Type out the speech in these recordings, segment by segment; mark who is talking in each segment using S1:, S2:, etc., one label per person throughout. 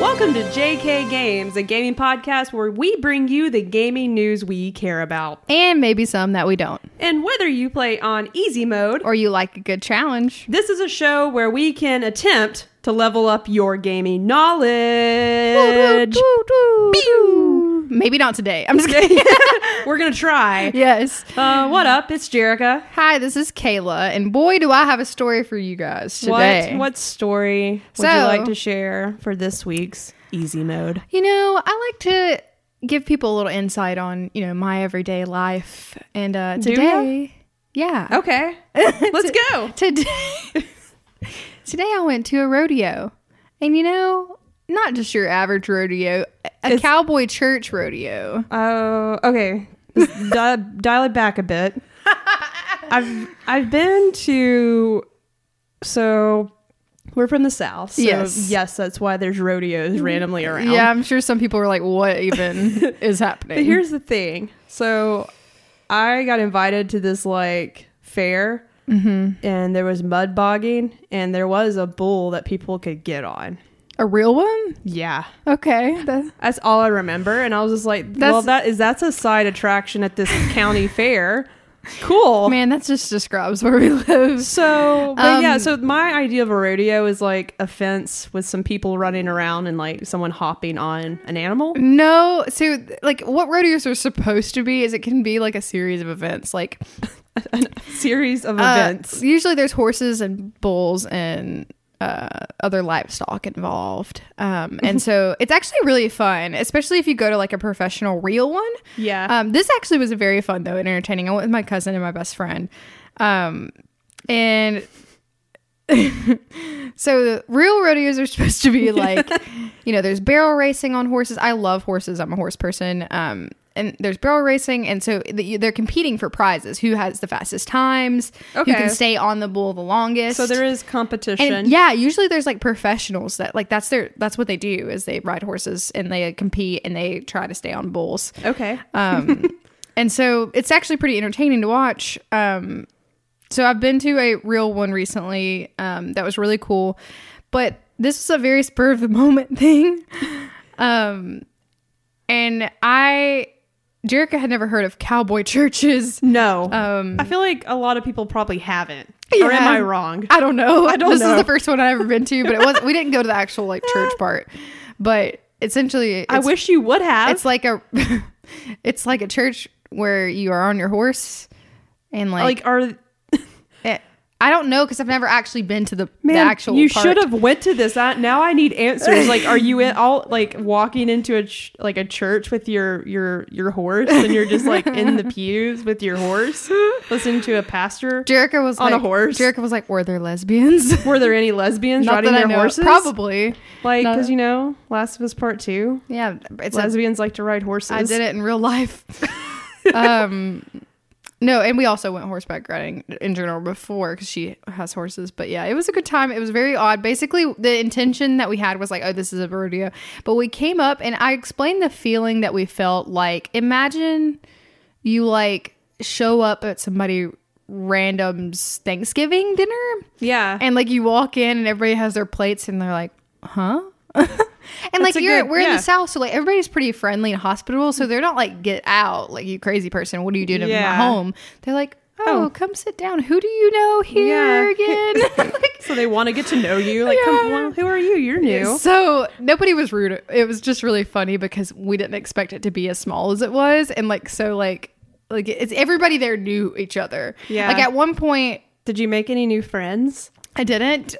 S1: Welcome to JK Games, a gaming podcast where we bring you the gaming news we care about.
S2: And maybe some that we don't.
S1: And whether you play on easy mode,
S2: Or you like a good challenge.
S1: this is a show where we can attempt to level up your gaming knowledge.
S2: Pew. Maybe not today. I'm just kidding.
S1: We're going to try.
S2: yes.
S1: Uh, what up? It's Jerica.
S2: Hi, this is Kayla, and boy, do I have a story for you guys today.
S1: What what story would you
S2: So-
S1: like to share for this week's easy mode?
S2: You know, I like to give people a little insight on you know my everyday life, and uh,
S1: ya?
S2: today, yeah,
S1: Okay. Let's go.
S2: today, today I went to a rodeo, and you know, not just your average rodeo, a cowboy church rodeo.
S1: Oh, okay. Just di- dial it back a bit. I've I've been to so we're from the south. So
S2: Yes. Mm-hmm.
S1: yes, that's why there's rodeos randomly around.
S2: Yeah, I'm sure some people were like, "What even is happening?"
S1: But here's the thing. So I got invited to this like fair
S2: Mm-hmm.
S1: and there was mud bogging and there was a bull that people could get on.
S2: a real one.
S1: Yeah.
S2: Okay, that-
S1: That's all I remember, and I was just like,
S2: That's-
S1: "Well, that is that's a side attraction at this county fair." Cool,
S2: man, that just describes where we live.
S1: So, but yeah,
S2: Um,
S1: so my idea of a rodeo is like a fence with some people running around and like someone hopping on an animal.
S2: No, so like what rodeos are supposed to be is it can be like a series of events, like
S1: Series of
S2: uh,
S1: events.
S2: usually there's horses and bulls and uh, other livestock involved, um,
S1: Mm-hmm.
S2: and so it's actually really fun, especially if you go to like a professional real one.
S1: Yeah.
S2: Um, this actually was very fun though and entertaining. I went with my cousin and my best friend, um, and so the real rodeos are supposed to be like, you know, there's barrel racing on horses. I love horses. I'm a horse person. Um, and there's barrel racing, and so the, they're competing for prizes. Who has the fastest times? Who
S1: Okay.
S2: can stay on the bull the longest?
S1: so there is competition.
S2: And yeah, usually there's like professionals that like that's their that's what they do is they ride horses and they compete and they try to stay on bulls.
S1: Okay.
S2: Um, and so it's actually pretty entertaining to watch. Um, so I've been to a real one recently um, that was really cool, but this was a very spur of the moment thing. Um, and I, Jerica had never heard of cowboy churches.
S1: no.
S2: Um,
S1: I feel like a lot of people probably haven't. Or am
S2: Yeah.
S1: I wrong?
S2: I don't know. I
S1: don't
S2: this
S1: know.
S2: is the first one I've ever been to, but it was we didn't go to the actual like church part, but essentially,
S1: I
S2: it's-
S1: wish you would have.
S2: it's like a it's like a church where you are on your horse and like,
S1: like, are
S2: it- Eh, I don't know because I've never actually been to the, the
S1: man,
S2: actual
S1: you
S2: part.
S1: should have went to this. I, now I need answers. Like, are you in all like walking into a ch- like a church with your your your horse, and you're just like in the pews with your horse, listening to a pastor?
S2: Jericho was
S1: on a
S2: like-
S1: horse.
S2: Jericho was like, were there lesbians?
S1: Were there any lesbians
S2: Not
S1: riding
S2: that I
S1: their
S2: know of.
S1: horses?
S2: Probably.
S1: Like,
S2: Not-
S1: because you know, Last of Us Part Two,
S2: Yeah, it's a
S1: lesbians like to ride horses.
S2: I did it in real life. um, no, and we also went horseback riding in general before because she has horses. But yeah, it was a good time. It was very odd. Basically, the intention that we had was like, oh, this is a rodeo. But we came up and I explained the feeling that we felt like. Imagine you like show up at somebody random's Thanksgiving dinner
S1: Yeah.
S2: and like you walk in and everybody has their plates and they're like, huh? and like
S1: a
S2: you're
S1: good-
S2: we're in
S1: yeah.
S2: the south, so like everybody's pretty friendly and hospitable, so they're not like get out like you crazy person. What do you do to
S1: Yeah.
S2: my home? They're like, oh, come sit down. Who do you know here again? like,
S1: so they want to get to know you. Like, come
S2: Yeah.
S1: well, who are you? You're new.
S2: so nobody was rude. It was just really funny because we didn't expect it to be as small as it was, and like so like like it's everybody there knew each other.
S1: Yeah.
S2: Like at one point,
S1: Did you make any new friends?
S2: I didn't.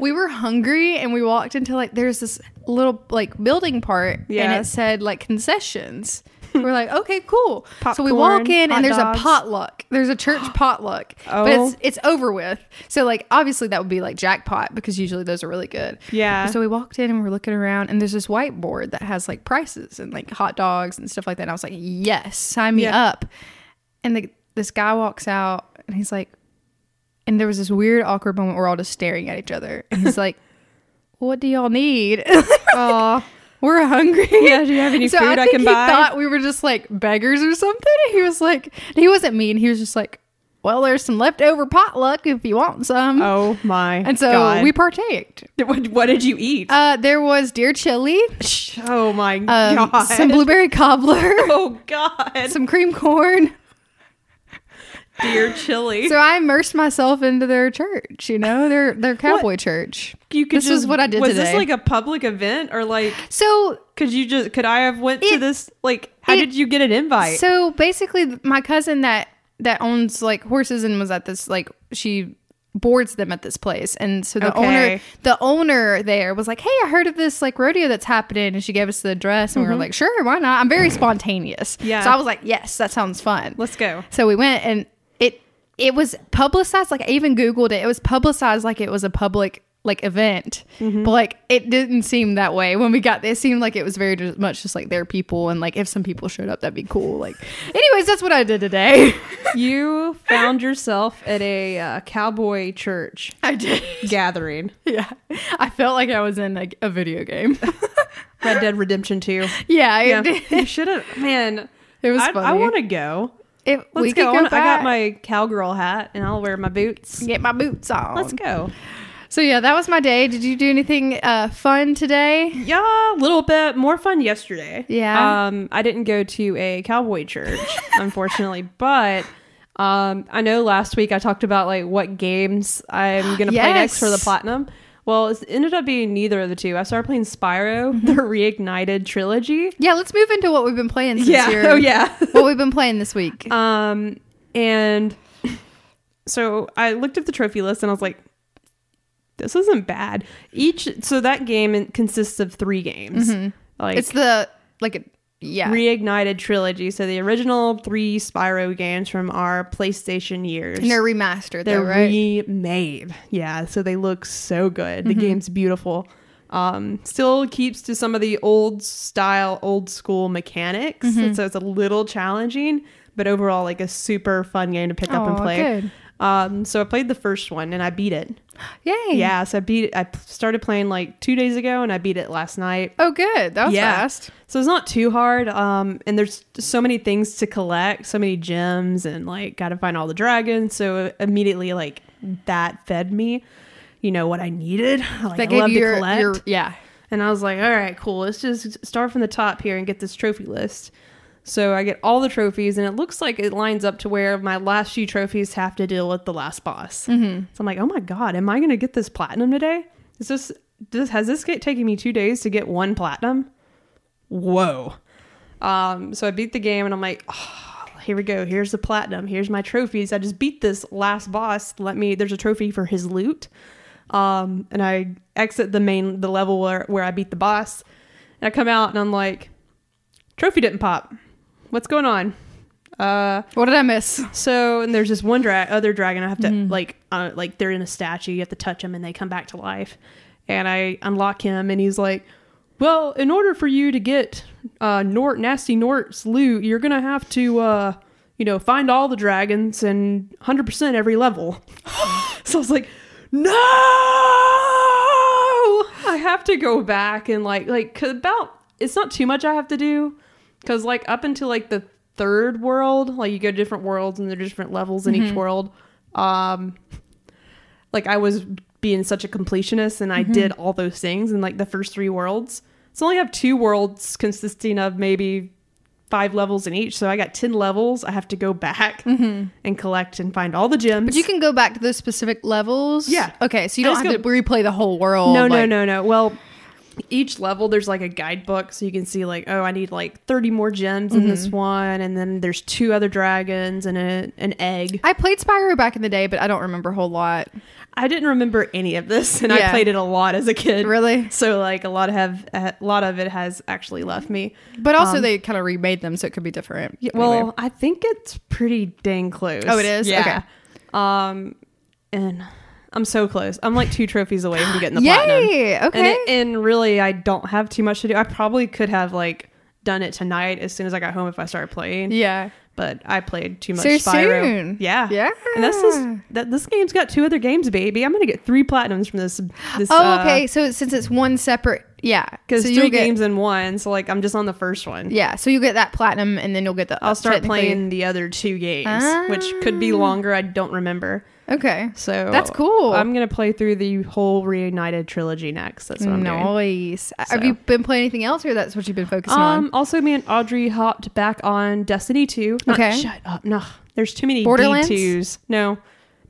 S2: we were hungry and we walked into like there's this little like building part and
S1: Yeah.
S2: it said like concessions. we're like, okay, cool. so we
S1: Popcorn,
S2: walk in
S1: hot
S2: and there's
S1: dogs.
S2: a potluck. There's a church potluck, but it's
S1: Oh.
S2: it's over with. So like obviously that would be like jackpot because usually those are really good.
S1: Yeah.
S2: So we walked in and we're looking around and there's this whiteboard that has like prices and like hot dogs and stuff like that. And I was like, yes, sign me
S1: Yeah.
S2: up. And the, this guy walks out and he's like, and there was this weird awkward moment where we're all just staring at each other. And he's like, what do y'all need?
S1: Oh,
S2: we're hungry.
S1: Yeah, do you have any
S2: so
S1: food I
S2: I, think
S1: can
S2: he
S1: buy?
S2: thought we were just like beggars or something. He was like, he wasn't mean. He was just like, well, there's some leftover potluck if you want some.
S1: Oh my.
S2: and so
S1: God.
S2: we partaked.
S1: What, what did you eat?
S2: Uh, there was deer chili,
S1: oh my
S2: um,
S1: God.
S2: some blueberry cobbler,
S1: oh God.
S2: some cream corn.
S1: Dear chili.
S2: So I immersed myself into their church, you know, their their cowboy church.
S1: you could
S2: this
S1: just,
S2: was what I did
S1: Was
S2: today.
S1: this like a public event or like
S2: So
S1: could you just could I have went to
S2: It-
S1: this like how
S2: it-
S1: did you get an invite?
S2: So basically, th- my cousin that that owns like horses and was at this like she boards them at this place, and so the
S1: Okay.
S2: owner the owner there was like, "Hey, I heard of this like rodeo that's happening," and she gave us the address, and we were like, "Sure, why not?" I'm very spontaneous,
S1: Mm-hmm. Yeah.
S2: So I was like, "Yes, that sounds fun."
S1: Let's go.
S2: So we went, and it it was publicized. Like I even googled it. It was publicized like it was a public like event,
S1: Mm-hmm.
S2: but like it didn't seem that way when we got there. It seemed like it was very ju- much just like their people, and like if some people showed up, that'd be cool. Like, anyways, that's what I did today.
S1: You found yourself at a uh, cowboy church
S2: I did.
S1: gathering.
S2: Yeah, I felt like I was in like a video game.
S1: Red Dead Redemption 2.
S2: yeah, it,
S1: Yeah.
S2: did.
S1: you should have man.
S2: it was
S1: I,
S2: funny.
S1: I want to go.
S2: If
S1: Let's
S2: we
S1: go. I
S2: could go
S1: wanna- I got
S2: back,
S1: my cowgirl hat and I'll wear my boots.
S2: get my boots on.
S1: Let's go.
S2: So yeah, that was my day. Did you do anything uh, fun today?
S1: Yeah, a little bit more fun yesterday.
S2: Yeah.
S1: Um, I didn't go to a cowboy church, unfortunately, but um, I know last week I talked about like what games I'm gonna play next for the
S2: Yes.
S1: platinum. Well, it ended up being neither of the two. I started playing Spyro,
S2: Mm-hmm.
S1: the Reignited trilogy.
S2: Yeah, let's move into what we've been playing since your-
S1: Oh yeah.
S2: what we've been playing this week.
S1: Um, and so I looked at the trophy list and I was like, this isn't bad. Each so that game in- consists of three games. Like
S2: Mm-hmm. it's the like a, yeah.
S1: reignited trilogy. So the original three Spyro games from our PlayStation years.
S2: and they're remastered
S1: They're
S2: though, right? Mm-hmm.
S1: remade. Yeah, so they look so good. The game's beautiful. Um, still keeps to some of the old style, old school mechanics.
S2: Mm-hmm.
S1: and so it's a little challenging, but overall, like a super fun game to pick up and
S2: Aw,
S1: play.
S2: good.
S1: Um, so I played the first one and I beat it.
S2: Yay.
S1: Yeah, so I beat it. I p- started playing like two days ago and I beat it last night.
S2: Oh good. That was fast.
S1: So it's not too hard. Um, and there's so many things to collect, so many gems, and like got to find all the dragons. So uh, immediately, like that fed me, you know, what I needed. Like, I
S2: That gave
S1: love
S2: you
S1: to
S2: your,
S1: collect.
S2: your yeah.
S1: and I was like, all right, cool. Let's just start from the top here and get this trophy list. So I get all the trophies, and it looks like it lines up to where my last few trophies have to deal with the last boss.
S2: Mm-hmm.
S1: So I'm like, oh my god, am I going to get this platinum today? Is this this has this get, taken me two days to get one platinum? whoa. Um, so I beat the game and I'm like, oh, here we go. Here's the platinum. Here's my trophies. I just beat this last boss. Let me, there's a trophy for his loot. Um, and I exit the main, the level where, where I beat the boss. And I come out and I'm like, trophy didn't pop. What's going on? Uh,
S2: What did I miss?
S1: so and there's this one dra- other dragon I have to like uh, like they're in a statue you have to touch them and they come back to life and I unlock him and he's like well in order for you to get uh Nort nasty Nort's loot you're gonna have to uh you know find all the dragons and 100% every level so I was like no I have to go back and like like 'cause about it's not too much I have to do because like up until like the third world like you go to different worlds and there are different levels in each world um like i was being such a completionist and i did all those things in like the first three worlds so i only have two worlds consisting of maybe five levels in each so i got 10 levels i have to go back and collect and find all the gems
S2: But you can go back to those specific levels.
S1: Yeah.
S2: Okay, so you
S1: I
S2: don't
S1: just
S2: have to replay the whole world.
S1: no no
S2: like-
S1: no no well each level there's like a guidebook so you can see like oh i need like 30 more gems in this one and then there's two other dragons and a, an egg
S2: I played Spyro back in the day, but I don't remember a whole lot.
S1: i didn't remember any of this and i
S2: Yeah.
S1: played it a lot as a kid
S2: Really?
S1: so like a lot have a lot of it has actually left me
S2: But also they kind of remade them so it could be different.
S1: Um, Yeah, well,
S2: Anyway.
S1: I think it's pretty dang close.
S2: Oh, it is?
S1: Yeah. Um, and I'm so close. I'm like two trophies away from getting the platinum.
S2: Yay!
S1: And,
S2: Okay.
S1: it- and really, I don't have too much to do. I probably could have like done it tonight as soon as I got home if I started playing.
S2: yeah.
S1: But I played too much
S2: So
S1: Spyro.
S2: soon.
S1: Yeah.
S2: Yeah.
S1: And that's just that this game's got two other games, baby. I'm gonna get three platinums from this. this
S2: Oh,
S1: uh,
S2: okay. So since it's one separate Yeah,
S1: because
S2: so
S1: three
S2: you'll get-
S1: games in one. So like I'm just on the first one.
S2: Yeah, so you get that platinum, and then you'll get the.
S1: I'll start
S2: technically-
S1: playing the other two games, which could be
S2: Ah.
S1: longer. I don't remember.
S2: Okay,
S1: So
S2: That's cool.
S1: I'm gonna play through the whole reunited trilogy next. That's what I'm doing.
S2: nice. Have
S1: So-
S2: you been playing anything else, or that's what you've been focusing
S1: Um,
S2: on?
S1: also, me and Audrey hopped back on Destiny 2. Not-
S2: Okay.
S1: Shut up. No, there's too many
S2: Borderlands?
S1: D2s. No,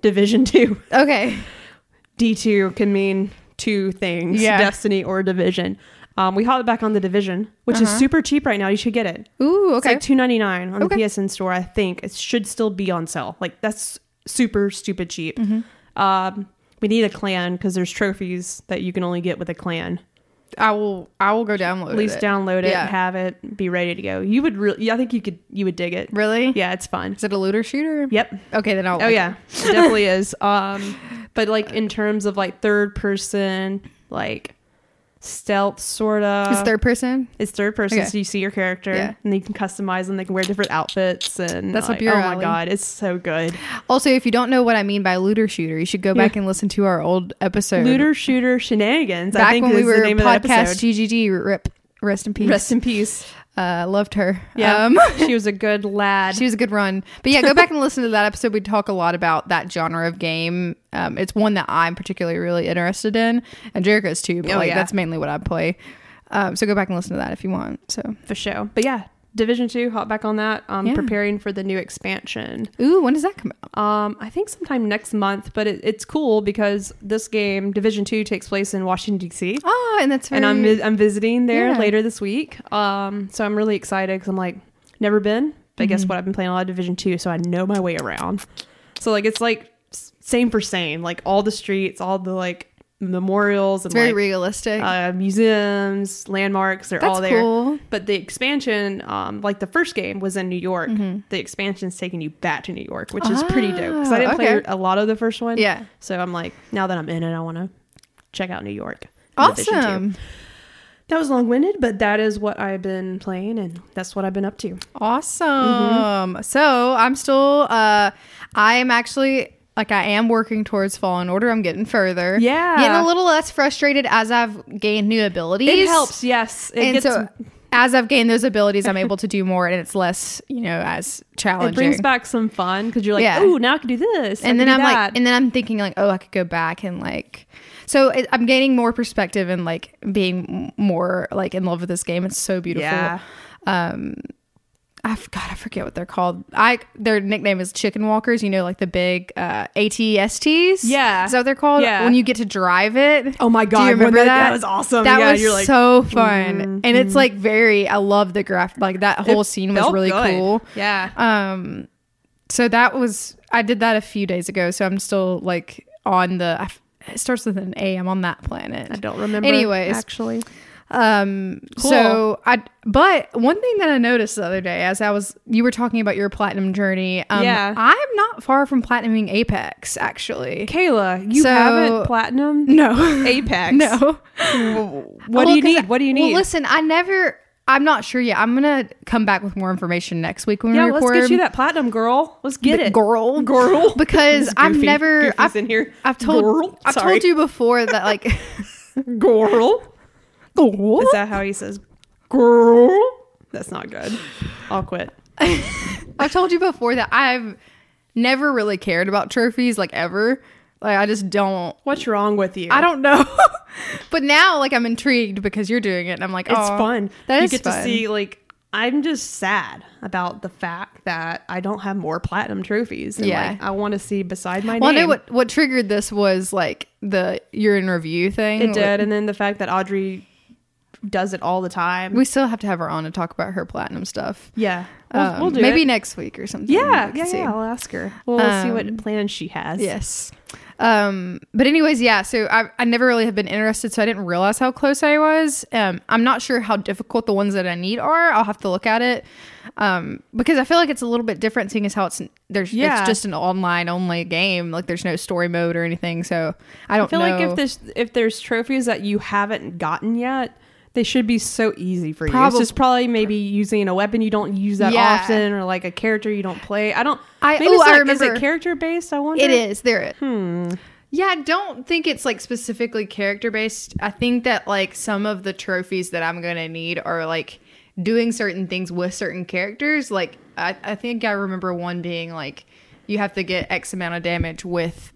S1: Division 2.
S2: Okay,
S1: D2 can mean two things
S2: Yeah.
S1: Destiny or Division. Um, we hopped back on the Division, which is super cheap right now. You should get it. It's
S2: ooh, Uh-huh. okay,
S1: like two ninety nine on
S2: Okay.
S1: the PSN store, I think. It should still be on sale. Like that's super stupid cheap.
S2: Mm-hmm.
S1: Um, we need a clan because there's trophies that you can only get with a clan.
S2: I will. I will go download.
S1: At least
S2: it.
S1: download it,
S2: Yeah.
S1: have it, be ready to go. You would really, yeah, I think you could, you would dig it.
S2: Really?
S1: Yeah, it's fun.
S2: Is it a looter shooter?
S1: Yep.
S2: Okay, then I'll.
S1: Oh yeah, it definitely is. Um, but like in terms of like third person, like stealth sort of.
S2: It's third person.
S1: It's third person,
S2: Okay.
S1: so you see your character,
S2: Yeah.
S1: and you can customize them. They can wear different outfits, and
S2: That's up
S1: like,
S2: your
S1: oh
S2: alley.
S1: my god, it's so good.
S2: Also, if you don't know what I mean by looter shooter, you should go back and listen to our old episode.
S1: Looter shooter shenanigans. I
S2: back
S1: think
S2: when
S1: is
S2: we were
S1: the name of that
S2: podcast
S1: episode.
S2: GGG. Rip. Rest in peace.
S1: Rest in peace.
S2: uh, loved her.
S1: Yeah,
S2: Um,
S1: she was a good lad.
S2: She was a good run. But yeah, go back and listen to that episode. We talk a lot about that genre of game. Um, it's one that I'm particularly really interested in, and Jericho's too. But
S1: Oh,
S2: like
S1: yeah.
S2: that's mainly what I play. Um, so go back and listen to that if you want. So
S1: for show. But yeah, Division Two, hop back on that. Um,
S2: Yeah.
S1: preparing for the new expansion.
S2: ooh, when does that come out?
S1: Um, I think sometime next month. But it, it's cool because this game, Division Two, takes place in Washington D.C.
S2: Oh, and that's very,
S1: and I'm vi- I'm visiting there
S2: Yeah.
S1: later this week. Um, so I'm really excited because I'm like never been, but
S2: Mm-hmm.
S1: guess what? I've been playing a lot of Division Two, so I know my way around. So like it's like s- same for same, like all the streets, all the like memorials and
S2: it's very
S1: like
S2: realistic.
S1: uh, museums, landmarks. They're
S2: that's
S1: all there.
S2: cool.
S1: But the expansion, um, like the first game was in New York.
S2: Mm-hmm.
S1: The expansion's taking you back to New York, which is pretty dope. Because I didn't play
S2: Ah, okay.
S1: a lot of the first one.
S2: Yeah.
S1: So I'm like, now that I'm in it, I want to check out New York. in Division two.
S2: Awesome.
S1: That was long winded, but that is what I've been playing and that's what I've been up to.
S2: Awesome. Mm-hmm. So I'm still uh I am actually like I am working towards Fallen Order. I'm getting further.
S1: Yeah.
S2: Getting a little less frustrated as I've gained new abilities.
S1: It helps, yes. It
S2: and
S1: gets
S2: so as I've gained those abilities, I'm able to do more and it's less, you know, as challenging.
S1: it brings back some fun because you're like,
S2: Yeah.
S1: oh, now I can do this. I can
S2: and then
S1: do
S2: I'm
S1: that."
S2: like and then I'm thinking like, oh, I could go back and like so it, I'm gaining more perspective and like being m- more like in love with this game. It's so beautiful.
S1: yeah,
S2: um I've God, I forget what they're called. I their nickname is chicken walkers, you know, like the big uh ATSTs.
S1: Yeah.
S2: Is that what they're called?
S1: Yeah.
S2: When you get to drive it.
S1: Oh my
S2: Do
S1: God,
S2: you
S1: when
S2: remember that,
S1: that- that was awesome.
S2: That
S1: Yeah,
S2: was
S1: you're like, mm-hmm.
S2: so fun. and it's like very I love the graph like that whole
S1: It
S2: scene was
S1: felt
S2: really
S1: good.
S2: cool.
S1: Yeah,
S2: Um so that was I did that a few days ago, so I'm still like on the I f it starts with an A. I'm on that planet.
S1: I don't remember.
S2: Anyways,
S1: actually,
S2: um
S1: Cool.
S2: so I but one thing that I noticed the other day as I was you were talking about your platinum journey. Um
S1: Yeah.
S2: I'm not far from platinuming Apex actually.
S1: Kayla, you
S2: So-
S1: haven't platinum
S2: No.
S1: Apex.
S2: no.
S1: What
S2: Well,
S1: do you
S2: 'cause
S1: need? What do you
S2: well,
S1: need?
S2: listen, I never I'm not sure yet. I'm gonna come back with more information next week when
S1: yeah,
S2: we
S1: let's
S2: record.
S1: get you that platinum, girl. Let's get
S2: The
S1: it,
S2: girl.
S1: girl.
S2: Because
S1: It's
S2: I've
S1: goofy.
S2: never
S1: Goofy's
S2: I've,
S1: in here.
S2: I've told
S1: Girl.
S2: I've
S1: Sorry.
S2: told you before that like
S1: girl. Is that how he says girl? That's not good. I'll quit.
S2: I've told you before that I've never really cared about trophies like ever. Like I just don't
S1: What's wrong with you?
S2: I don't know. but now, like, I'm intrigued because you're doing it. And I'm like,
S1: It's
S2: "Aw,
S1: fun.
S2: That
S1: you
S2: is
S1: get
S2: fun.
S1: to see like I'm just sad about the fact that I don't have more platinum trophies. And,
S2: Yeah.
S1: like, I want to see beside my
S2: Well, I
S1: name.
S2: know what, what triggered this was like the year in review thing.
S1: it did, and then the fact that Audrey does it all the time.
S2: We still have to have her on to talk about her platinum stuff.
S1: yeah, we'll,
S2: Um,
S1: we'll do
S2: maybe
S1: it.
S2: next week or something.
S1: Yeah,
S2: We can
S1: yeah,
S2: see. Um,
S1: yeah. I'll ask her. We'll see what plans she has.
S2: Yes. Um, but anyways, yeah. So I, I never really have been interested, so I didn't realize how close I was. Um, I'm not sure how difficult the ones that I need are. I'll have to look at it. Um, because I feel like it's a little bit different seeing as how it's there's
S1: Yeah.
S2: it's just an online only game. Like there's no story mode or anything. So I don't
S1: I feel
S2: know.
S1: like if there's if there's trophies that you haven't gotten yet, they should be so easy for you. It's
S2: Probab-
S1: just probably maybe using a weapon you don't use that
S2: Yeah.
S1: often, or like a character you don't play. I don't.
S2: I-
S1: maybe
S2: oh,
S1: it's
S2: I
S1: not-
S2: remember.
S1: Is it character based? I wonder.
S2: it is there. Hmm. Yeah, I don't think it's like specifically character based. I think that like some of the trophies that I'm gonna need are like doing certain things with certain characters. Like I, I think I remember one being like you have to get X amount of damage with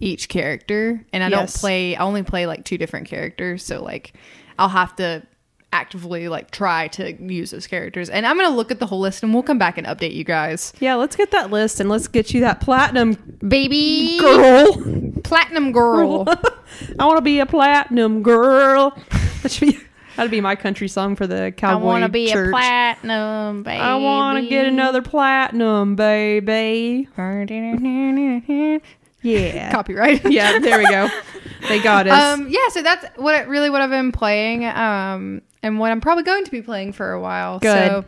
S2: each character. And I
S1: Yes.
S2: don't play I only play like two different characters, so like I'll have to actively like try to use those characters. And I'm gonna look at the whole list and we'll come back and update you guys.
S1: Yeah, let's get that list and let's get you that platinum
S2: Baby
S1: girl.
S2: Platinum Girl.
S1: I want to be a platinum girl. That should be that'd be my country song for the
S2: I
S1: cowboy
S2: want to be
S1: church.
S2: a platinum baby.
S1: I want to get another platinum, baby. Yeah.
S2: copyright.
S1: Yeah, there we go. They got us.
S2: Uh, Um. Yeah. So that's what it, really what I've been playing. Um. And what I'm probably going to be playing for a while.
S1: Good.
S2: So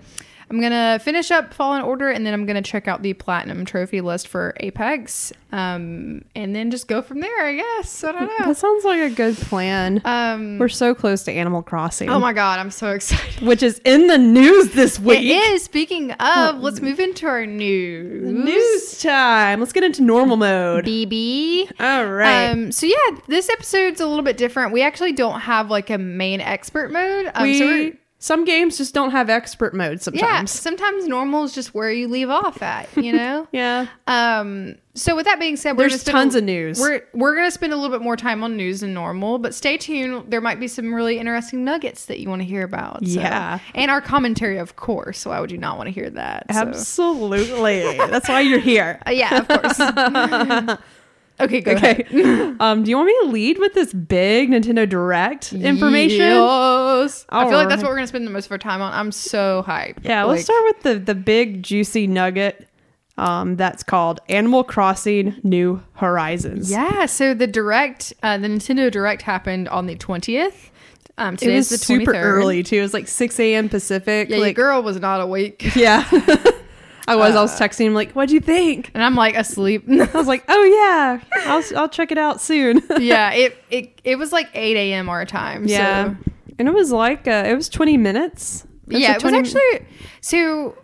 S2: I'm gonna finish up Fallen Order, and then I'm gonna check out the platinum trophy list for Apex. Um. And then just go from there. I guess. I don't know.
S1: that sounds like a good plan.
S2: Um.
S1: We're so close to Animal Crossing,
S2: Oh my God! I'm so excited.
S1: which is in the news this
S2: It
S1: week.
S2: is. Speaking of, let's move into our news.
S1: News time. Let's get into normal mode.
S2: BB.
S1: All right.
S2: Um, so yeah, this episode's a little bit different. We actually don't have like a main expert mode. Um,
S1: we
S2: so we're-
S1: some games just don't have expert mode
S2: yeah,
S1: sometimes.
S2: sometimes normal is just where you leave off at, you know.
S1: Yeah.
S2: Um, so with that being said, we're
S1: There's
S2: gonna spend a-
S1: tons of news.
S2: We're we're gonna spend a little bit more time on news than normal, but stay tuned. There might be some really interesting nuggets that you want to hear about. so-
S1: Yeah.
S2: and our commentary, of course. Why would you not want to hear that? So-
S1: Absolutely. That's why you're here.
S2: Uh, yeah, of course. okay, go ahead.
S1: Okay. um, do you want me to lead with this big Nintendo Direct information?
S2: Yes. I feel like
S1: Alright.
S2: that's what we're gonna spend the most of our time on. I'm so hyped.
S1: Yeah, let's
S2: Like,
S1: start with the the big juicy nugget. Um, that's called Animal Crossing New Horizons.
S2: Yeah. So the direct, uh, the Nintendo Direct happened on the 20th. Um,
S1: It
S2: today
S1: was
S2: is the 23rd.
S1: super early too. It was like six a.m. Pacific.
S2: Yeah, your
S1: like,
S2: girl Uh, was not awake,
S1: yeah. I was. I was texting him like, "What'd you think?"
S2: and I'm like asleep.
S1: I was like, "Oh yeah, I'll I'll check it out soon."
S2: yeah. It it it was like 8 a.m. our time.
S1: yeah,
S2: So.
S1: and it was like uh, it was twenty minutes. was a
S2: yeah, it was
S1: 20
S2: actually so.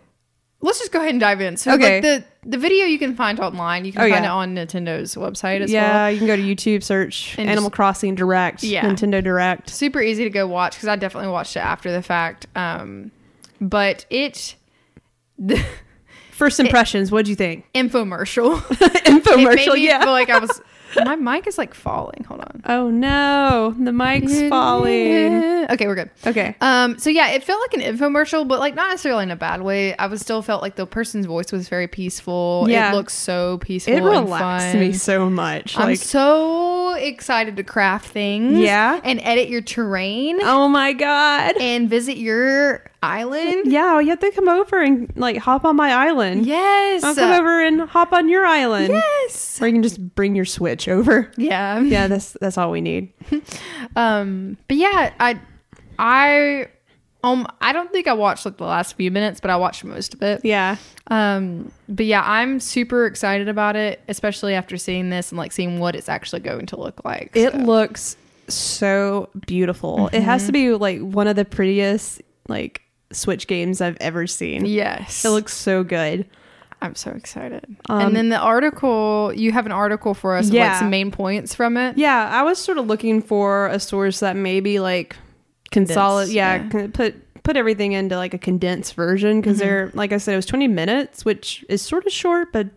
S2: Let's just go ahead and dive in. So,
S1: Okay.
S2: like the the video you can find online. You can
S1: Oh,
S2: find
S1: yeah.
S2: it on Nintendo's website as well.
S1: yeah, you can go to YouTube, search
S2: And
S1: Animal
S2: just-
S1: Crossing Direct,
S2: Yeah.
S1: Nintendo Direct.
S2: super easy to go watch because I definitely watched it after the fact. Um, but it the
S1: First impressions, what'd you think?
S2: infomercial. it made
S1: Infomercial,
S2: me
S1: yeah.
S2: feel like I was. My mic is like falling. Hold on.
S1: oh no, the mic's falling.
S2: Okay, we're good.
S1: Okay.
S2: Um, so yeah, it felt like an infomercial, but like not necessarily in a bad way. I was still felt like the person's voice was very peaceful.
S1: Yeah.
S2: It looks so peaceful.
S1: It
S2: and
S1: relaxed
S2: fun.
S1: me so much.
S2: I'm
S1: like,
S2: so excited to craft things.
S1: Yeah.
S2: And edit your terrain
S1: oh my god.
S2: and visit your island.
S1: Yeah, you have to come over and like hop on my island.
S2: Yes. uh,
S1: I'll come over and hop on your island.
S2: Yes.
S1: Or you can just bring your Switch over.
S2: Yeah.
S1: Yeah, that's that's all we need.
S2: Um. But yeah, I, I, um, I don't think I watched like the last few minutes, but I watched most of it.
S1: Yeah.
S2: Um. But yeah, I'm super excited about it, especially after seeing this and like seeing what it's actually going to look like.
S1: It
S2: so. Mm-hmm.
S1: looks so beautiful. It has to be like one of the prettiest like Switch games I've ever seen.
S2: Yes.
S1: It looks so good.
S2: I'm so excited. and then the article, you have an article for us of
S1: Yeah.
S2: like some main points from it.
S1: Yeah, I was sort of looking for a source that maybe like consolidate.
S2: Condense,
S1: Yeah,
S2: yeah. Mm-hmm.
S1: con- put put everything into like a condensed version because they're like I said, it was twenty minutes, which is sort of short, but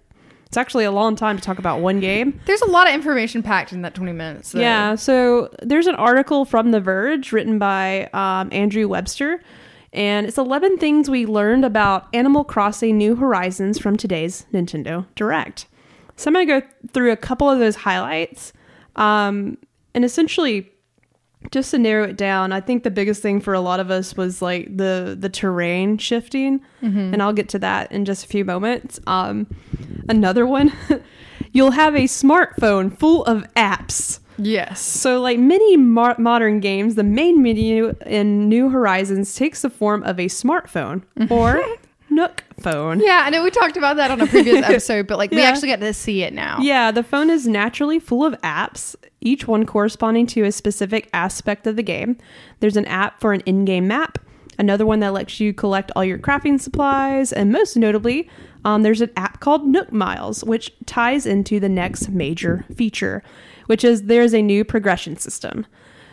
S1: it's actually a long time to talk about one game.
S2: There's a lot of information packed in that 20 minutes. though.
S1: Yeah, so there's an article from The Verge written by um, Andrew Webster, and it's 11 things we learned about Animal Crossing New Horizons from today's Nintendo Direct. So I'm going to go through a couple of those highlights. Um, and essentially, just to narrow it down, I think the biggest thing for a lot of us was like the the terrain shifting, and I'll get to that in just a few moments. Um, another one, you'll have a smartphone full of apps.
S2: Yes.
S1: So, like many mo- modern games, the main menu in New Horizons takes the form of a smartphone or Nook phone.
S2: Yeah, I know we talked about that on a previous episode, but like we
S1: Yeah.
S2: actually got to see it now.
S1: Yeah, the phone is naturally full of apps, each one corresponding to a specific aspect of the game. There's an app for an in game map, another one that lets you collect all your crafting supplies, and most notably, um, there's an app called Nook Miles, which ties into the next major feature, which is there's a new progression system.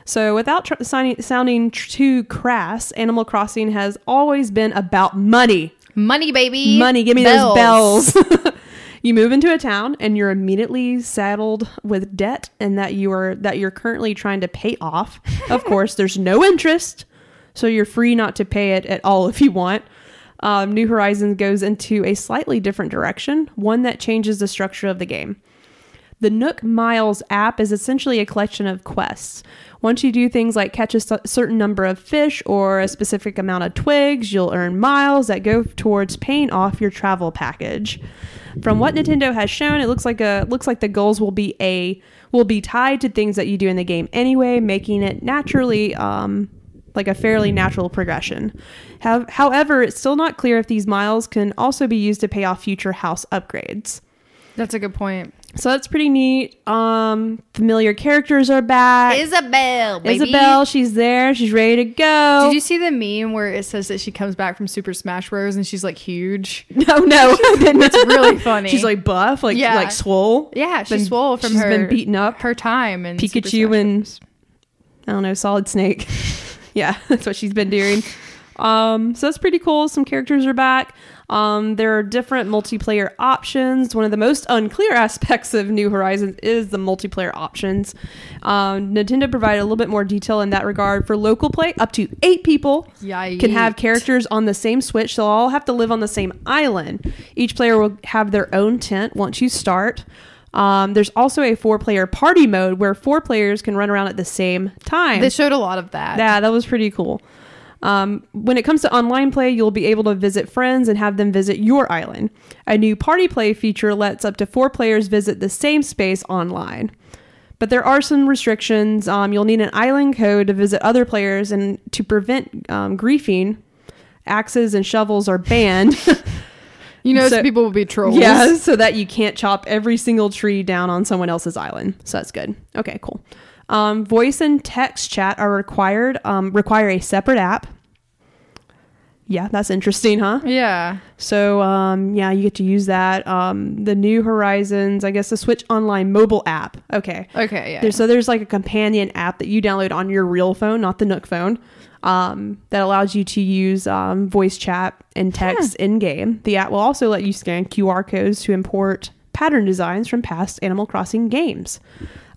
S1: So, without tr- signing, sounding tr- too crass, Animal Crossing has always been about money.
S2: Money, baby.
S1: Money, give me those bells. you move into a town and you're immediately saddled with debt and that you are that you're currently trying to pay off. of course, there's no interest, so you're free not to pay it at all if you want. Um, New Horizons goes into a slightly different direction, one that changes the structure of the game. The Nook Miles app is essentially a collection of quests. Once you do things like catch a s- certain number of fish or a specific amount of twigs, you'll earn miles that go towards paying off your travel package. From what Nintendo has shown, it looks like a looks like the goals will be a will be tied to things that you do in the game anyway, making it naturally um, like a fairly natural progression. How, however, it's still not clear if these miles can also be used to pay off future house upgrades.
S2: That's a good point.
S1: So that's pretty neat. Um, familiar characters are back.
S2: Isabel, baby.
S1: Isabel, she's there. She's ready to go.
S2: Did you see the meme where it says that she comes back from Super Smash Bros. and she's like huge?
S1: no, no, I didn't.
S2: It's really funny.
S1: she's like buff, like
S2: Yeah.
S1: like swole.
S2: yeah, she's
S1: been-
S2: swole from
S1: she's
S2: her
S1: been beaten up.
S2: her time and
S1: Pikachu and I don't know, Solid Snake. yeah, that's what she's been doing. Um, so that's pretty cool. Some characters are back. Um, there are different multiplayer options. One of the most unclear aspects of New Horizons is the multiplayer options. Um, Nintendo provided a little bit more detail in that regard. For local play, up to eight people
S2: Yikes.
S1: can have characters on the same Switch. They'll all have to live on the same island. Each player will have their own tent once you start. Um, there's also a four player party mode where four players can run around at the same time.
S2: They showed a lot of that.
S1: yeah, that was pretty cool. Um, when it comes to online play, you'll be able to visit friends and have them visit your island. A new party play feature lets up to four players visit the same space online. But there are some restrictions. Um, you'll need an island code to visit other players, and to prevent um, griefing, axes and shovels are banned.
S2: you know,
S1: So-
S2: people will be trolls.
S1: yeah, so that you can't chop every single tree down on someone else's island. So that's good. Okay, cool. Um, voice and text chat are required. Um, require a separate app. Yeah, that's interesting, huh?
S2: Yeah.
S1: So um, yeah, you get to use that. Um, the New Horizons, I guess, the Switch Online mobile app. Okay,
S2: Okay. Yeah.
S1: there's, so there's like a companion app that you download on your real phone, not the Nook phone, um, that allows you to use um, voice chat and text in game. The app will also let you scan QR codes to import pattern designs from past Animal Crossing games.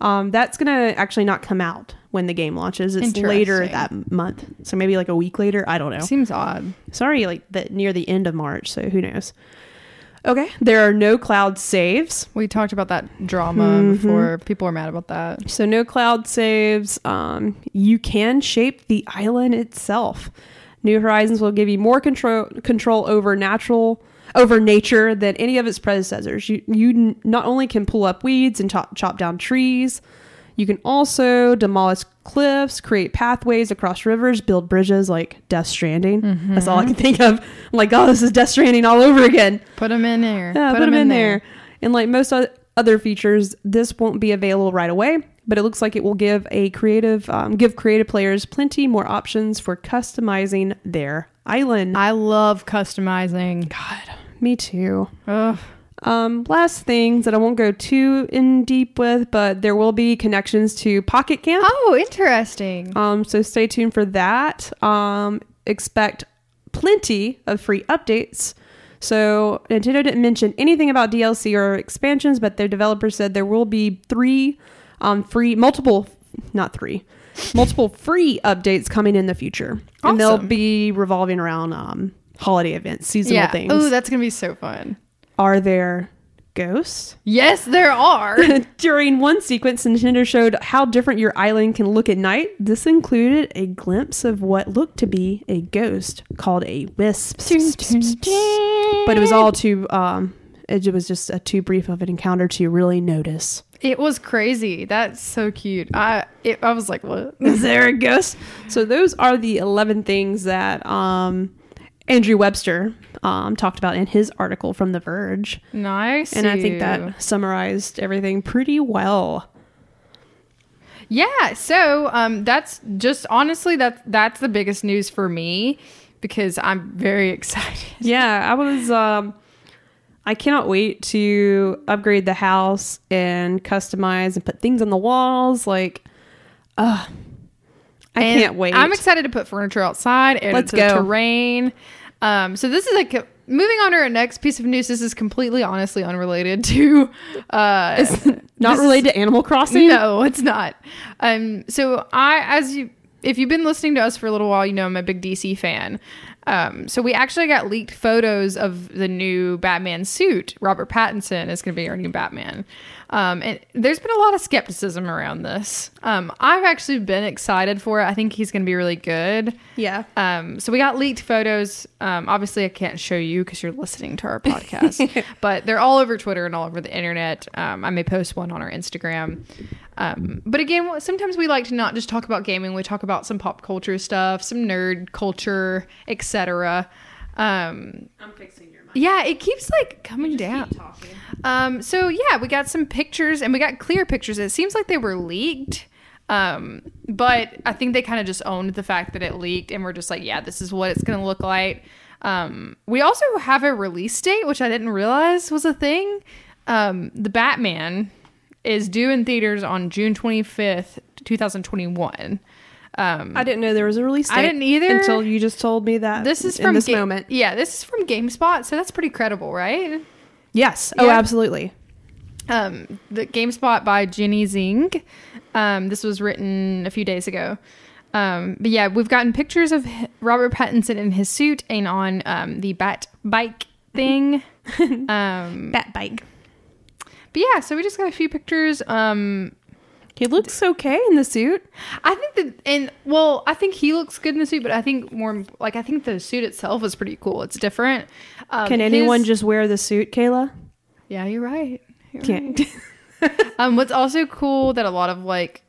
S1: Um, that's gonna actually not come out when the game launches. It's later
S2: Interesting.
S1: that m- month, so maybe like a week later. I don't know
S2: Seems odd.
S1: sorry, like the, near the end of March, so who knows? Okay, there are no cloud saves.
S2: We talked about that drama
S1: Mm-hmm.
S2: before. People are mad about that.
S1: So, no cloud saves. Um, you can shape the island itself. New Horizons will give you more control control over natural over nature than any of its predecessors. You you n- not only can pull up weeds and chop chop down trees, you can also demolish cliffs, create pathways across rivers, build bridges like Death Stranding. That's all I can think of. I'm like, oh, this is Death Stranding all over again.
S2: Put them in there.
S1: Yeah, put,
S2: 'em
S1: them in, there. And like most o- other features, this won't be available right away, but it looks like it will give a creative um, give creative players plenty more options for customizing their island.
S2: I love customizing.
S1: God, me too.
S2: Ugh.
S1: Um, last things that I won't go too in deep with, but there will be connections to Pocket Camp.
S2: Oh, interesting.
S1: Um, so stay tuned for that. Um, expect plenty of free updates. So Nintendo didn't mention anything about DLC or expansions, but their developer said there will be three um, free, multiple, not three, multiple free updates coming in the future, and they'll
S2: Awesome.
S1: be revolving around um, holiday events, seasonal
S2: yeah.
S1: things.
S2: Oh, that's gonna be so fun.
S1: Are there ghosts?
S2: Yes, there are.
S1: During one sequence, Nintendo showed how different your island can look at night. This included a glimpse of what looked to be a ghost called a wisp. But it was all too, um, it was just a too brief of an encounter to really notice.
S2: It was crazy. That's so cute. I it, I was like, what?
S1: Is there a ghost? So those are the 11 things that um, Andrew Webster um, talked about in his article from The Verge.
S2: Nice.
S1: And I think that summarized everything pretty well.
S2: Yeah, so um, that's just honestly that that's the biggest news for me because I'm very excited.
S1: Yeah, I was. Um, I cannot wait to upgrade the house and customize and put things on the walls. Like, ugh, I
S2: And
S1: can't wait.
S2: I'm excited to put furniture outside and
S1: Let's
S2: into the
S1: go.
S2: terrain. Um, so this is like moving on to our next piece of news. This is completely honestly unrelated to uh,
S1: Not
S2: this-
S1: related to Animal Crossing.
S2: No, it's not. Um, so I, as you, if you've been listening to us for a little while, you know I'm a big DC fan. Um, so we actually got leaked photos of the new Batman suit. Robert Pattinson is going to be our new Batman. Um, and there's been a lot of skepticism around this. Um, I've actually been excited for it. I think he's going to be really good.
S1: Yeah.
S2: Um, so we got leaked photos. Um, obviously, I can't show you because you're listening to our podcast, but they're all over Twitter and all over the internet. Um, I may post one on our Instagram. Um, but again, sometimes we like to not just talk about gaming. We talk about some pop culture stuff, some nerd culture, etc. Um,
S1: I'm fixing your mic.
S2: yeah, it keeps like coming down. Um, so yeah, we got some pictures and we got clear pictures. It seems like they were leaked. Um, but I think they kind of just owned the fact that it leaked and we're just like, yeah, this is what it's going to look like. Um, we also have a release date, which I didn't realize was a thing. Um, the Batman is due in theaters on June 25th, 2021. Um,
S1: I didn't know there was a release.
S2: I
S1: date
S2: didn't either.
S1: until you just told me that.
S2: this is
S1: in
S2: from
S1: this
S2: Ga-
S1: moment.
S2: Yeah, this is from GameSpot, so that's pretty credible, right?
S1: Yes. Oh,
S2: Yeah.
S1: absolutely.
S2: Um, the GameSpot by Jenny Zing. Um, this was written a few days ago. Um, but yeah, we've gotten pictures of h- Robert Pattinson in his suit and on um, the bat bike thing. um,
S1: Bat bike.
S2: but yeah, so we just got a few pictures. Um,
S1: He looks okay in the suit.
S2: I think that, and well, I think he looks good in the suit, but I think more like I think the suit itself is pretty cool. It's different. Um,
S1: Can anyone
S2: his-
S1: just wear the suit, Kayla?
S2: Yeah, you're right. You're right.
S1: Can't.
S2: Um, what's also cool that a lot of like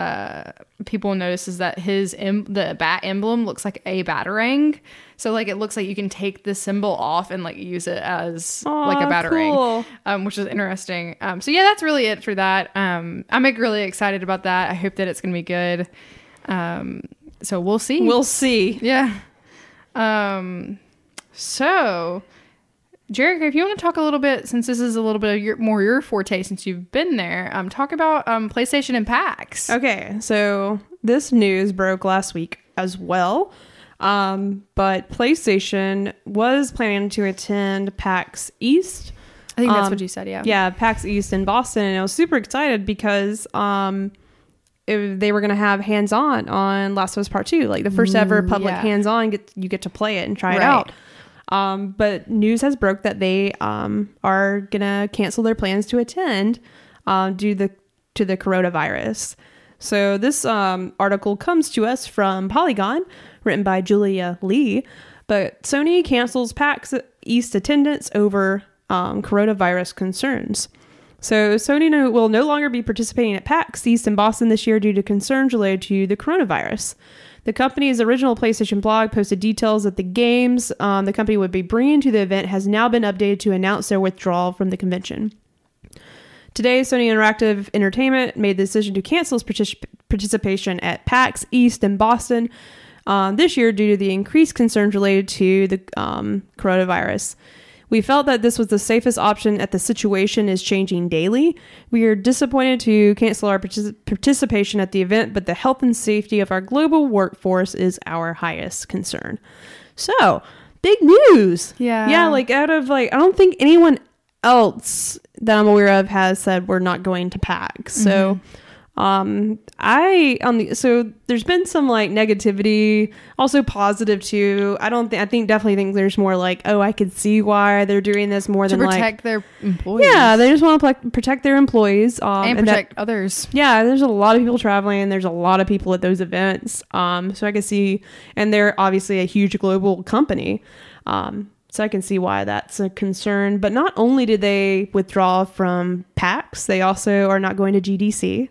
S2: uh people notice is that his em- the bat emblem looks like a batarang, so like it looks like you can take the symbol off and like use it as like a
S1: Aw,
S2: batarang,
S1: cool.
S2: um, which is interesting. Um, so yeah, that's really it for that. Um, I'm like really excited about that. I hope that it's gonna be good. Um, so we'll see.
S1: we'll see.
S2: yeah. Um, so. Jerica, if you want to talk a little bit, since this is a little bit of your, more your forte since you've been there, um, talk about um, PlayStation and PAX.
S1: Okay, so this news broke last week as well. Um, but PlayStation was planning to attend PAX East.
S2: I think that's
S1: Um,
S2: what you said, yeah.
S1: Yeah, PAX East in Boston, and I was super excited because um, it, they were going to have hands on on Last of Us Part Two, like the first ever public
S2: yeah.
S1: hands on. Get you get to play it and try it
S2: Right.
S1: out. Um, but news has broke that they um, are going to cancel their plans to attend um, due the to the coronavirus. So this um, article comes to us from Polygon, written by Julia Lee. But Sony cancels PAX East attendance over um, coronavirus concerns. So Sony no, will no longer be participating at PAX East in Boston this year due to concerns related to the coronavirus. The company's original PlayStation blog posted details that the games um, the company would be bringing to the event has now been updated to announce their withdrawal from the convention. Today, Sony Interactive Entertainment made the decision to cancel its particip- participation at PAX East in Boston um, this year due to the increased concerns related to the um, coronavirus. We felt that this was the safest option at the situation is changing daily. We are disappointed to cancel our partici- participation at the event, but the health and safety of our global workforce is our highest concern. So, big news.
S2: Yeah.
S1: Yeah, like out of like I don't think anyone else that I'm aware of has said we're not going to pack. So
S2: Mm-hmm.
S1: um I on the so there's been some like negativity, also positive too. I don't think I think definitely think there's more like, oh, I could see why they're doing this more
S2: To
S1: than
S2: protect
S1: like
S2: their employees.
S1: Yeah, they just want to pl- protect their employees um,
S2: and
S1: and that-
S2: protect others.
S1: yeah, there's a lot of people traveling. There's a lot of people at those events. Um, so I can see, and they're obviously a huge global company. Um, so I can see why that's a concern. But not only did they withdraw from PAX, they also are not going to GDC,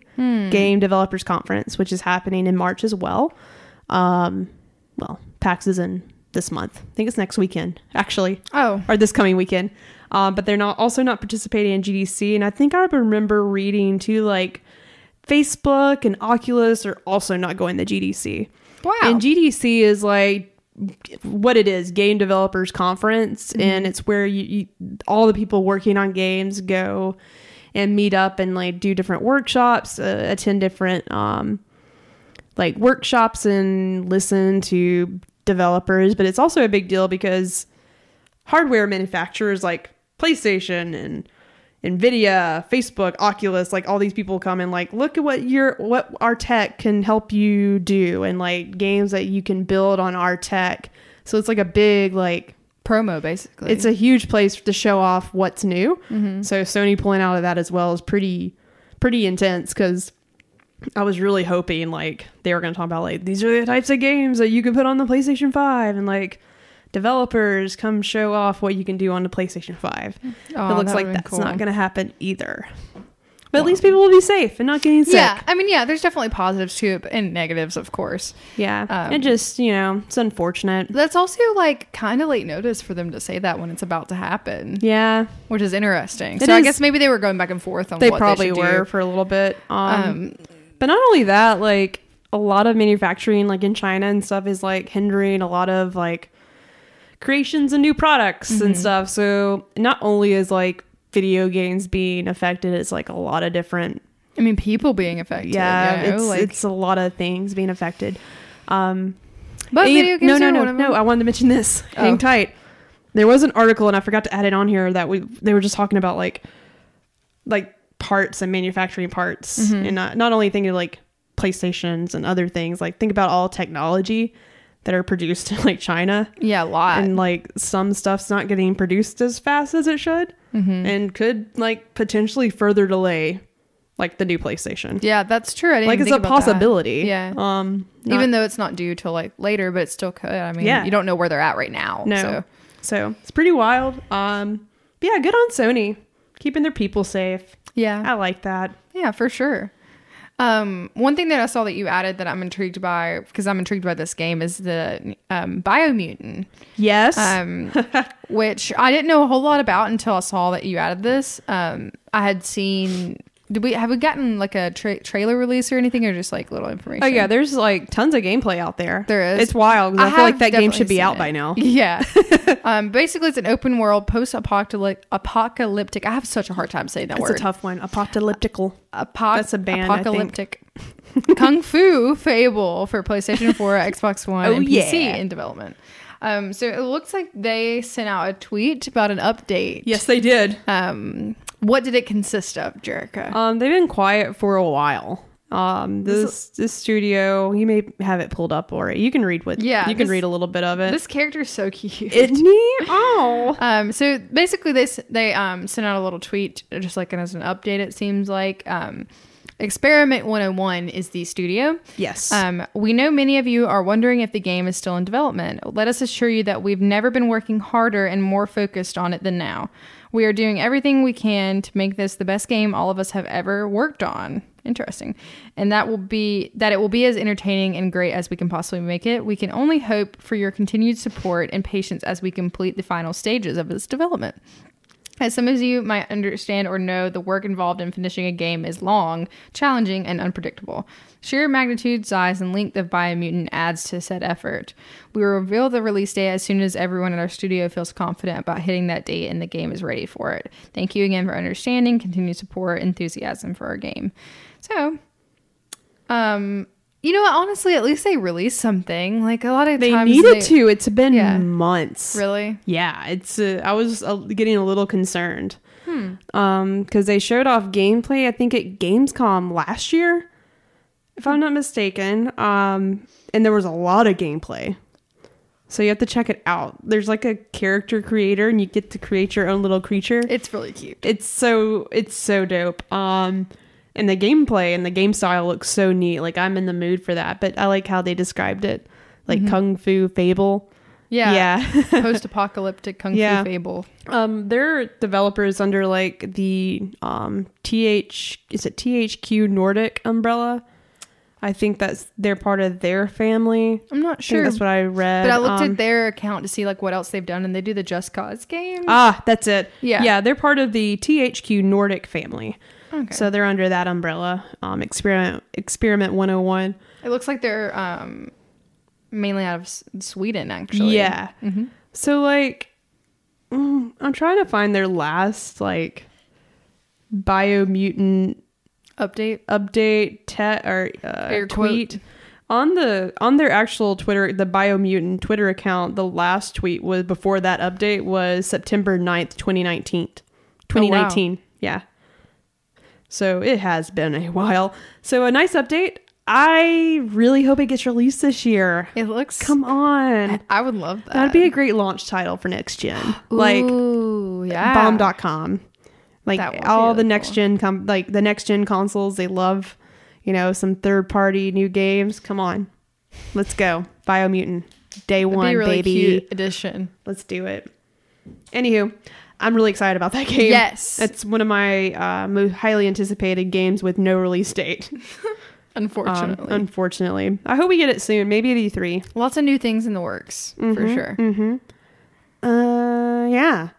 S1: Game Developers Conference, which is happening in March as well. Um, well, PAX is in this month. I think it's next weekend, actually
S2: Oh,
S1: or this coming weekend. Um, but they're not also not participating in GDC. And I think I remember reading too, like Facebook and Oculus are also not going the GDC.
S2: Wow.
S1: And GDC is like what it is, Game Developers Conference, and it's where you, you all the people working on games go and meet up and like do different workshops, uh, attend different um like workshops and listen to developers, but it's also a big deal because hardware manufacturers like PlayStation and Nvidia, Facebook, Oculus, like all these people come and like look at what your what our tech can help you do and like games that you can build on our tech. So it's like a big like
S2: Promo, basically. Mm-hmm.
S1: it's a huge place to show off what's new. Mm-hmm. So Sony pulling out of that as well is pretty pretty intense because I was really hoping like they were going to talk about like these are the types of games that you can put on the PlayStation Five and like developers come show off what you can do on the PlayStation Five.
S2: Aw,
S1: it looks like
S2: that would've been
S1: that's
S2: cool.
S1: not going to happen either. But at least people will be safe and not getting sick.
S2: yeah. I mean, yeah, there's definitely positives to it but- and negatives, of course.
S1: yeah.
S2: Um,
S1: it just you know it's unfortunate.
S2: That's also like kind of late notice for them to say that when it's about to happen,
S1: Yeah,
S2: which is interesting.
S1: It
S2: so I
S1: is-
S2: guess maybe they were going back and forth on
S1: they
S2: what
S1: probably
S2: should do.
S1: were for a little bit. um,
S2: Um,
S1: But not only that, like a lot of manufacturing, like in China and stuff, is like hindering a lot of like creations and new products
S2: Mm-hmm.
S1: and stuff. So not only is like video games being affected, it's like a lot of different.
S2: I mean, people being affected.
S1: Yeah,
S2: you know,
S1: it's
S2: like,
S1: it's a lot of things being affected. Um,
S2: but
S1: and-
S2: video games
S1: no, no,
S2: are
S1: no,
S2: one of
S1: no.
S2: them.
S1: I wanted to mention this.
S2: Oh.
S1: Hang tight. There was an article, and I forgot to add it on here that we they were just talking about like like parts and manufacturing parts,
S2: Mm-hmm.
S1: and not not only thinking of, like PlayStations and other things. Like think about all technology that are produced in like China,
S2: Yeah, a lot.
S1: and like some stuff's not getting produced as fast as it should,
S2: Mm-hmm.
S1: and could like potentially further delay like the new PlayStation.
S2: yeah, that's true. I didn't
S1: like
S2: even
S1: it's a
S2: think about that.
S1: possibility.
S2: Yeah.
S1: Um. not-
S2: Even though it's not due till like later, but it still could. I mean,
S1: Yeah.
S2: you don't know where they're at right now.
S1: No.
S2: So.
S1: So. it's pretty wild. Um, but yeah, good on Sony. Keeping their people safe.
S2: Yeah.
S1: I like that.
S2: Yeah, for sure. Um, one thing that I saw that you added that I'm intrigued by because I'm intrigued by this game is the um, Biomutant,
S1: Yes.
S2: um, which I didn't know a whole lot about until I saw that you added this. Um, I had seen. Did we have we gotten like a tra- trailer release or anything, or just like little information?
S1: oh yeah, there's like tons of gameplay out there.
S2: There is.
S1: It's wild. 'cause I, feel
S2: have
S1: like that game
S2: definitely
S1: should be
S2: seen
S1: out
S2: it.
S1: by now.
S2: Yeah. um, basically, it's an open world post apocalyptic. Apocalyptic. I have such a hard time saying that
S1: That's
S2: word.
S1: a tough one. Apocalyptical.
S2: Apoc-
S1: That's a band, I think.
S2: apocalyptic kung fu fable for PlayStation 4, Xbox One,
S1: Oh,
S2: and PC
S1: yeah.
S2: in development. Um, so it looks like they sent out a tweet about an update.
S1: Yes, they did.
S2: Um, what did it consist of, Jerica?
S1: Um, they've been quiet for a while. Um, this this studio, you may have it pulled up already. You can read what.
S2: Yeah,
S1: you can
S2: this-
S1: read a little bit of it.
S2: this character is so cute.
S1: Isn't he? Oh.
S2: Um, so basically, they s- they um, sent out a little tweet, just like as an update. It seems like um, Experiment 101 is the studio.
S1: Yes.
S2: Um, we know many of you are wondering if the game is still in development. Let us assure you that we've never been working harder and more focused on it than now. We are doing everything we can to make this the best game all of us have ever worked on. Interesting. And that will be that it will be as entertaining and great as we can possibly make it. We can only hope for your continued support and patience as we complete the final stages of this development. As some of you might understand or know, the work involved in finishing a game is long, challenging, and unpredictable. Sheer magnitude, size, and length of Biomutant adds to said effort. We will reveal the release date as soon as everyone in our studio feels confident about hitting that date and the game is ready for it. Thank you again for understanding, continued support, enthusiasm for our game. So, um, you know what? Honestly, at least they released something. Like a lot of
S1: they
S2: times
S1: needed
S2: they-
S1: to. It's been
S2: Yeah.
S1: months.
S2: Really?
S1: Yeah, it's. Uh, I was uh, getting a little concerned, um, because they showed off gameplay. I think at Gamescom last year, if I'm not mistaken. Um, and there was a lot of gameplay, so you have to check it out. There's like a character creator, and you get to create your own little creature.
S2: It's really cute.
S1: It's so it's so dope. Um, and the gameplay and the game style looks so neat. Like I'm in the mood for that. But I like how they described it, like kung fu fable. yeah.
S2: post-apocalyptic kung
S1: Yeah.
S2: fu fable.
S1: Um, their developers under like the um th is it THQ Nordic umbrella. I think that's they're part of their family.
S2: I'm not
S1: I think
S2: sure,
S1: that's what I read.
S2: but I looked
S1: Um,
S2: at their account to see like what else they've done, and they do the Just Cause game.
S1: ah, that's it.
S2: Yeah.
S1: yeah, they're part of the THQ Nordic family.
S2: Okay.
S1: So they're under that umbrella. Um, experiment experiment 101.
S2: It looks like they're um, mainly out of S- Sweden, actually. Mm-hmm.
S1: Yeah. So like, mm, I'm trying to find their last like biomutant
S2: Update.
S1: update te- or uh,
S2: Air quote.
S1: tweet on the on their actual Twitter the biomutant Twitter account. The last tweet was before that update was September 9th, 2019. 2019. Yeah. So it has been a while. So a nice update. I really hope it gets released this year.
S2: It looks.
S1: Come on.
S2: I would love that.
S1: That'd be a great launch title for next gen. Like
S2: Ooh, yeah.
S1: bomb.com. Like
S2: That would be
S1: all the
S2: really
S1: next
S2: cool.
S1: gen com- like the next gen consoles, they love, you know, some third party new games. Come on. Let's go. Biomutant. Day
S2: That'd
S1: one,
S2: be a really
S1: baby.
S2: cute addition.
S1: Let's do it. Anywho, I'm really excited about that game.
S2: Yes.
S1: It's one of my uh, most highly anticipated games with no release date. Um,
S2: Unfortunately,
S1: unfortunately. I hope we get it soon. Maybe E at E3.
S2: lots of new things in the works for
S1: Mm-hmm.
S2: sure.
S1: Mm, Uh, yeah.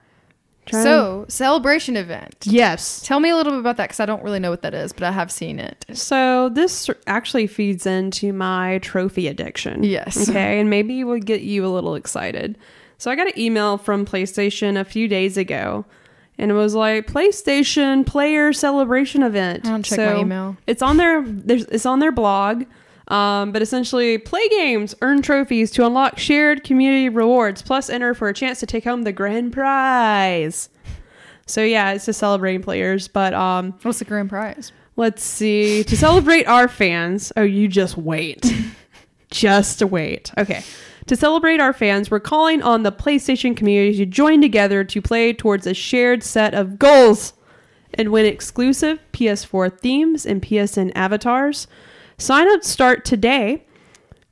S1: Try and-
S2: So celebration event.
S1: yes.
S2: Tell me a little bit about that because I don't really know what that is, but I have seen it.
S1: Mm-hmm. So this actually feeds into my trophy addiction.
S2: Yes.
S1: Okay, and maybe it would get you a little excited. So I got an email from PlayStation a few days ago, and it was like PlayStation Player Celebration Event.
S2: I don't check
S1: so
S2: my email.
S1: It's on their there's, it's on their blog. Um, but essentially, play games, earn trophies to unlock shared community rewards, plus enter for a chance to take home the grand prize. So yeah, it's just celebrating players. But um,
S2: What's the grand prize?
S1: Let's see. To celebrate our fans, oh, you just wait. just wait. Okay. To celebrate our fans, we're calling on the PlayStation community to join together to play towards a shared set of goals and win exclusive PS4 themes and PSN avatars. Sign up start today,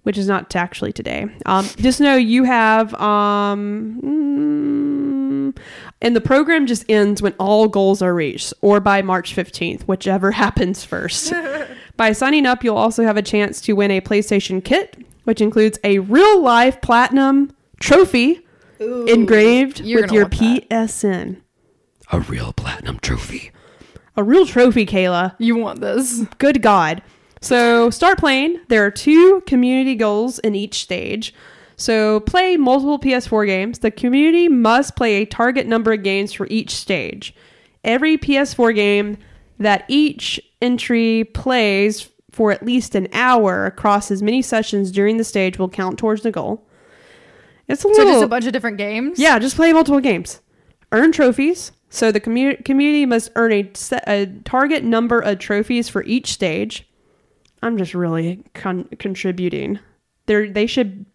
S1: which is not actually today. Um, just know you have, um, mm, and the program just ends when all goals are reached or by March 15th, whichever happens first. by signing up, you'll also have a chance to win a PlayStation kit, which includes a real life platinum trophy engraved
S2: you're
S1: with
S2: gonna
S1: your
S2: want that.
S1: PSN. A real platinum trophy. A real trophy, Kayla.
S2: You want this?
S1: Good God. So start playing. There are two community goals in each stage. So play multiple PS4 games. The community must play a target number of games for each stage. Every PS4 game that each entry plays for at least an hour across as many sessions during the stage will count towards the goal. It's a
S2: So
S1: little
S2: just a bunch of different games.
S1: yeah, just play multiple games. Earn trophies. So the commu- community must earn a, set, a target number of trophies for each stage. I'm just really con- contributing. They they should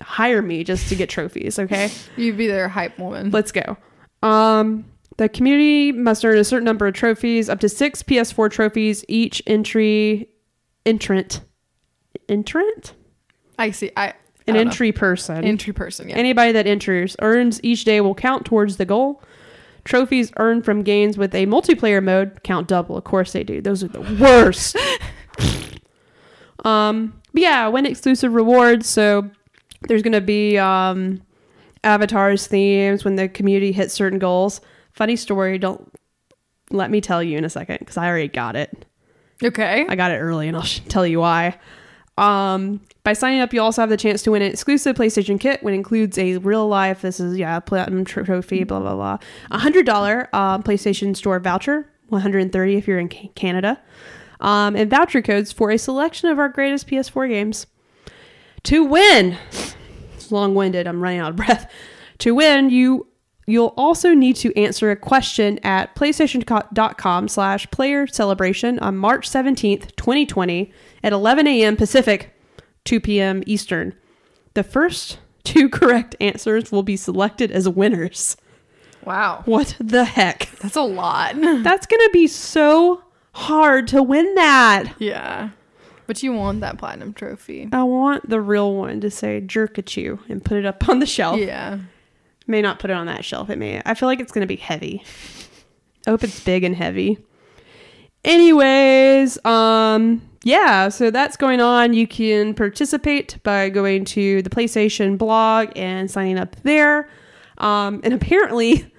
S1: hire me just to get trophies, okay?
S2: You'd be their hype woman.
S1: Let's go. Um, the community must earn a certain number of trophies, up to six PS4 trophies each entry entrant. Entrant?
S2: I see. I I
S1: An
S2: don't know.
S1: entry person.
S2: entry person. Yeah.
S1: Anybody that enters earns each day will count towards the goal. Trophies earned from games with a multiplayer mode count double. Of course they do. Those are the worst. um, but yeah, win exclusive rewards. So there's gonna be um, avatars, themes when the community hits certain goals. Funny story. Don't let me tell you in a second because I already got it.
S2: okay.
S1: I got it early, and I'll sh- tell you why. Um, by signing up, you also have the chance to win an exclusive PlayStation kit, which includes a real life. This is yeah, platinum tr- trophy, blah blah blah. A hundred dollar um, PlayStation Store voucher, one hundred and thirty if you're in Ca- Canada, um, and voucher codes for a selection of our greatest PS4 games. To win, it's long winded. I'm running out of breath. To win, you you'll also need to answer a question at PlayStation.com slash player celebration on March 17th, 2020 at 11 a.m. Pacific, 2 p.m. Eastern. The first two correct answers will be selected as winners.
S2: Wow.
S1: What the heck?
S2: That's a lot.
S1: That's going to be so hard to win that.
S2: yeah. But you want that platinum trophy.
S1: I want the real one to say jerk at you and put it up on the shelf.
S2: Yeah.
S1: May not put it on that shelf. It may. I feel like it's going to be heavy. I hope it's big and heavy. Anyways, um, yeah, so that's going on. You can participate by going to the PlayStation blog and signing up there. Um, and apparently,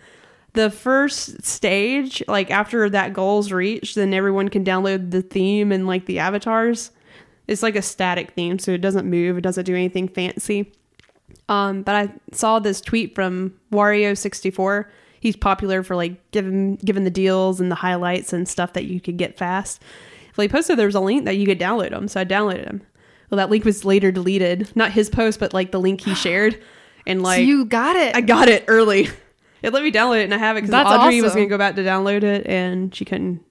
S1: the first stage, like after that goal's reached, then everyone can download the theme and like the avatars. It's like a static theme, so it doesn't move, it doesn't do anything fancy. Um, but I saw this tweet from Wario64. He's popular for like giving giving the deals and the highlights and stuff that you could get fast. Well, he posted there was a link that you could download them, so I downloaded them. Well, that link was later deleted. Not his post, but like the link he shared. And like
S2: so you got it.
S1: I got it early. It let me download it, and I have it because
S2: That's
S1: Audrey was
S2: awesome.
S1: going to go back to download it, and she couldn't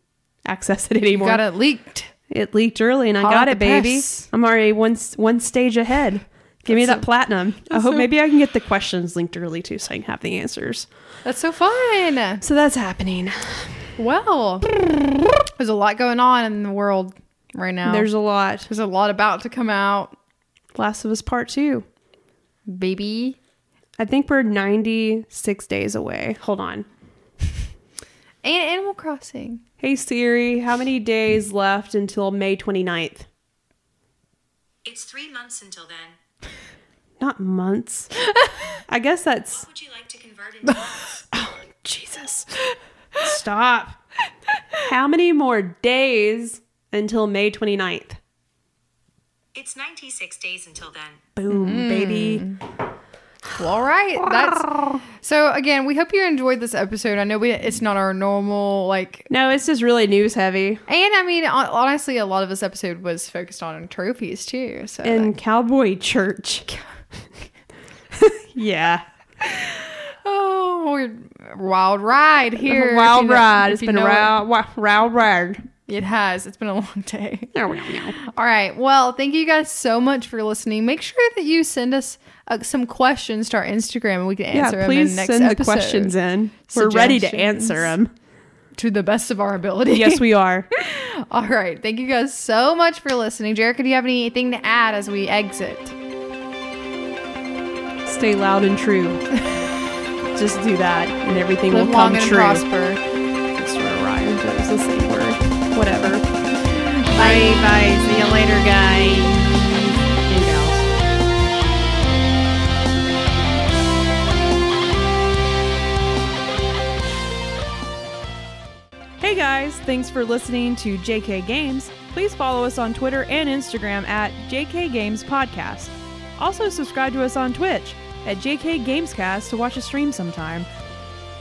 S1: access it
S2: You
S1: anymore.
S2: got it leaked.
S1: It leaked early, and I
S2: Hot
S1: got
S2: off
S1: it,
S2: the
S1: baby.
S2: press.
S1: I'm already one s- one stage ahead. Give me
S2: That's
S1: that platinum. I hope maybe I can get the questions linked early too, so I can have the answers.
S2: That's so fun.
S1: So that's happening.
S2: Well, there's a lot going on in the world right now.
S1: There's a lot.
S2: there's a lot about to come out,
S1: Last of Us Part Two.
S2: baby.
S1: I think we're 96 days away. Hold on.
S2: And Animal Crossing.
S1: Hey Siri, how many days left until May 29th?
S3: It's three months until then.
S1: Not months. I guess that's
S3: What would you like to convert into months?
S1: Jesus. Stop. How many more days until May 29th?
S3: It's 96 days until then.
S1: Boom,
S2: Mm.
S1: baby.
S2: Well, all right. That's so. Again, we hope you enjoyed this episode. I know we it's not our normal like,
S1: No, it's just really news heavy.
S2: and I mean hon- honestly, a lot of this episode was focused on trophies too. So
S1: And Cowboy Church. yeah.
S2: oh, we're wild ride here. if
S1: Wild
S2: you know-
S1: ride.
S2: if
S1: It's
S2: you
S1: been a
S2: know it.
S1: wild, wild, wild ride.
S2: It has. It's been a long day.
S1: No, no, no.
S2: All right. Well, thank you guys so much for listening. Make sure that you send us uh, some questions to our Instagram and we can answer
S1: Yeah,
S2: them in
S1: please
S2: next
S1: send the
S2: episode
S1: questions in. We're ready to
S2: Suggestions.
S1: answer them.
S2: to the best of our ability.
S1: Yes, we are.
S2: All right. Thank you guys so much for listening. Jerica, do you have anything to add as we exit?
S1: Stay loud and true. Just do that, and everything
S2: Live
S1: will
S2: long
S1: come
S2: and
S1: true.
S2: prosper.
S1: It's sort of rhymes, but it's the same word. Whatever. Bye, bye. See you later, guys. And gals. Hey guys, thanks for listening to JK Games. Please follow us on Twitter and Instagram at JK Games Podcast. Also, subscribe to us on Twitch at JK Gamescast to watch a stream sometime.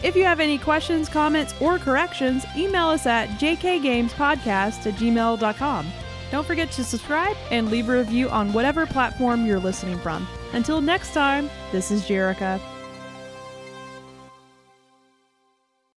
S1: If you have any questions, comments, or corrections, email us at jkgamespodcast at gmail.com. Don't forget to subscribe and leave a review on whatever platform you're listening from. Until next time, this is Jerica.